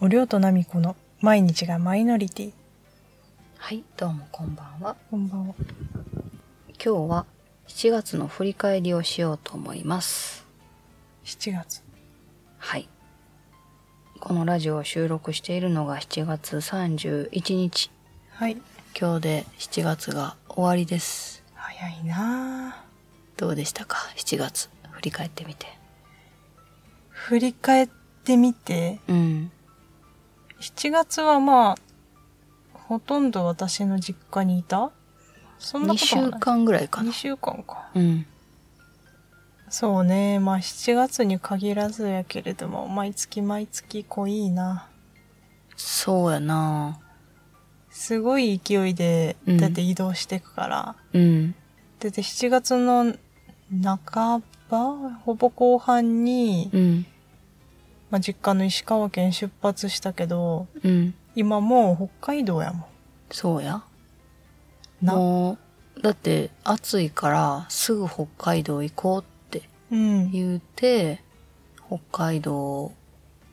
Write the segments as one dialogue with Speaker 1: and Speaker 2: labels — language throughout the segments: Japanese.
Speaker 1: おりょうとなみこの毎日がマイノリティ。
Speaker 2: はい、どうもこんばんは。
Speaker 1: こんばんは。
Speaker 2: 今日は7月の振り返りをしようと思います。
Speaker 1: 7月。
Speaker 2: はい。このラジオを収録しているのが7月31日。
Speaker 1: はい。
Speaker 2: 今日で7月が終わりです。
Speaker 1: 早いなぁ。
Speaker 2: どうでしたか ?7 月。振り返ってみて。
Speaker 1: 振り返ってみて、
Speaker 2: うん。
Speaker 1: 7月はまあ、ほとんど私の実家にいたそんな
Speaker 2: 2
Speaker 1: ことも
Speaker 2: 週
Speaker 1: ない。
Speaker 2: 間ぐらいか
Speaker 1: 2
Speaker 2: な。
Speaker 1: 週間か。
Speaker 2: うん。
Speaker 1: そうね。まあ7月に限らずやけれども、毎月毎月濃いな。
Speaker 2: そうやな
Speaker 1: すごい勢いで、
Speaker 2: うん
Speaker 1: だって移動していくから。
Speaker 2: うん。
Speaker 1: だって7月の半ばほぼ後半に、
Speaker 2: うん。
Speaker 1: まあ、実家の石川県出発したけど、
Speaker 2: うん。
Speaker 1: 今もう北海道やも
Speaker 2: そうや。
Speaker 1: ん。な。
Speaker 2: もう、だって暑いからすぐ北海道行こうって
Speaker 1: うん。
Speaker 2: 言うて、北海道を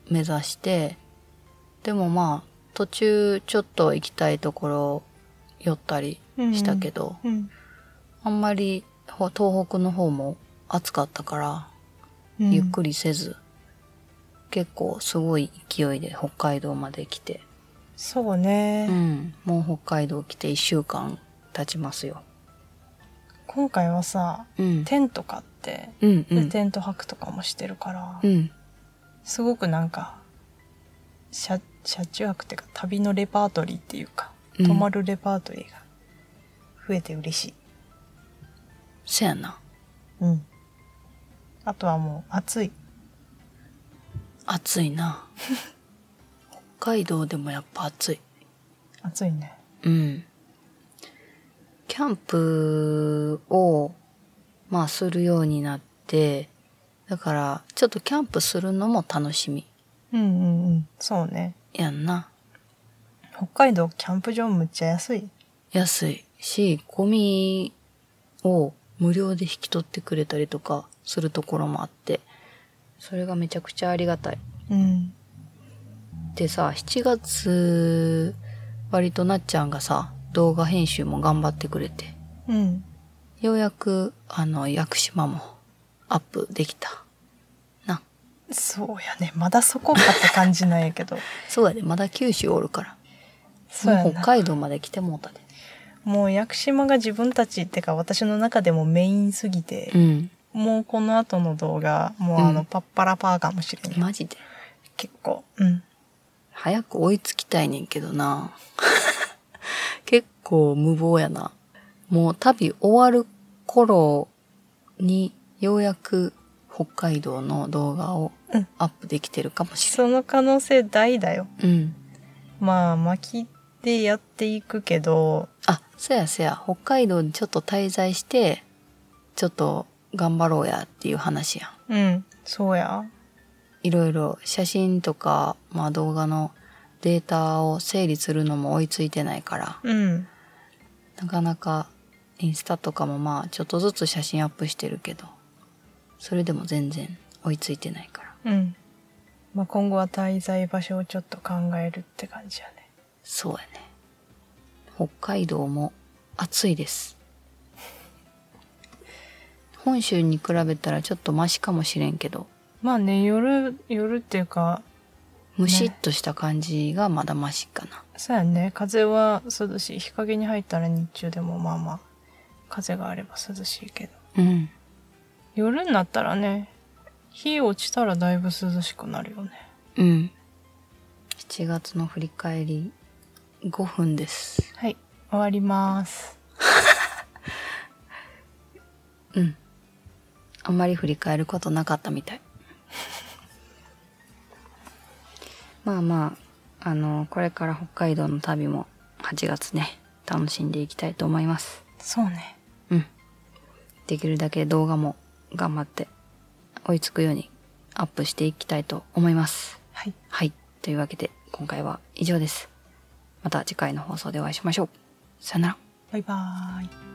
Speaker 2: 目指して、でもまあ、途中ちょっと行きたいところ寄ったりしたけど、
Speaker 1: うん。
Speaker 2: あんまりほ東北の方も暑かったから、
Speaker 1: うん
Speaker 2: ゆっくりせず、結構すごい勢いで北海道まで来て、
Speaker 1: そうね、
Speaker 2: うん、もう北海道来て1週間経ちますよ。
Speaker 1: 今回はさ、
Speaker 2: うん。
Speaker 1: テント買って、
Speaker 2: うん、う
Speaker 1: で
Speaker 2: ん。
Speaker 1: テント泊とかもしてるから、
Speaker 2: うん。
Speaker 1: すごくなんか、車、車中泊っていうか旅のレパートリーっていうか、
Speaker 2: うん
Speaker 1: 泊まるレパートリーが増えて嬉しい。
Speaker 2: せやな。
Speaker 1: うん。あとはもう暑い。
Speaker 2: 暑 いな。北海道でもやっぱ暑い。
Speaker 1: 暑いね。
Speaker 2: うん。キャンプを、まあ、するようになって、だから、ちょっとキャンプするのも楽しみ
Speaker 1: うんうんうん。そうね。
Speaker 2: やんな。
Speaker 1: 北海道キャンプ場むっちゃ安い。
Speaker 2: 安いし、ゴミを無料で引き取ってくれたりとかするところもあって、それがめちゃくちゃありがたい。
Speaker 1: うん。
Speaker 2: でさ、7月、割となっちゃんがさ、動画編集も頑張ってくれて、
Speaker 1: うん。
Speaker 2: ようやく、あの、屋久島もアップできた。な。
Speaker 1: そうやね。まだそこかって感じなんやけ ど。
Speaker 2: そうやで、まだ九州おるから。
Speaker 1: そうや
Speaker 2: もう北
Speaker 1: な。
Speaker 2: 海道まで来てもうたで。
Speaker 1: もう屋久島が自分たちってか私の中でもメインすぎて、
Speaker 2: うん。
Speaker 1: もうこの後の動画、もうあ
Speaker 2: う
Speaker 1: の、
Speaker 2: ん
Speaker 1: パッパラパーかもしれない。
Speaker 2: マジで。
Speaker 1: 結構。うん。
Speaker 2: 早く追いつきたいねんけどな。 結構無謀やな。もう旅終わる頃に、ようやく北海道の動画を
Speaker 1: うん
Speaker 2: アップできてるかもし
Speaker 1: その可能性大だよ。
Speaker 2: れん。うん。
Speaker 1: まあ、巻きでやっていくけど、
Speaker 2: あ、そやそや、北海道にちょっと滞在して、ちょっと頑張ろうやっていう話やん。
Speaker 1: うん。そうや。
Speaker 2: いろいろ写真とか、まあ動画のデータを整理するのも追いついてないから、
Speaker 1: うん。
Speaker 2: なかなかインスタとかもまあちょっとずつ写真アップしてるけど、それでも全然追いついてないから。
Speaker 1: うん。まあ、今後は滞在場所をちょっと考えるって感じやね。
Speaker 2: そうやね。北海道も暑いです。本州に比べたらちょっとマシかもしれんけど、
Speaker 1: まあね、夜、夜っていうか、
Speaker 2: むしっとした感じがまだマシかな。
Speaker 1: そうやね、風は涼しい。日陰に入ったら日中でもまあまあ、風があれば涼しいけど。
Speaker 2: うん。
Speaker 1: 夜になったらね、日落ちたらだいぶ涼しくなるよね。
Speaker 2: うん。7月の振り返り5分です。
Speaker 1: はい、終わります。
Speaker 2: あんまり振り返ることなかったみたい。 まあまあ、あの、これから北海道の旅も8月ね、楽しんでいきたいと思います。
Speaker 1: そうね。
Speaker 2: うん。できるだけ動画も頑張って追いつくようにアップしていきたいと思います。
Speaker 1: はい。
Speaker 2: はい。というわけで、今回は以上です。また次回の放送でお会いしましょう。さよなら。
Speaker 1: バイバーイ。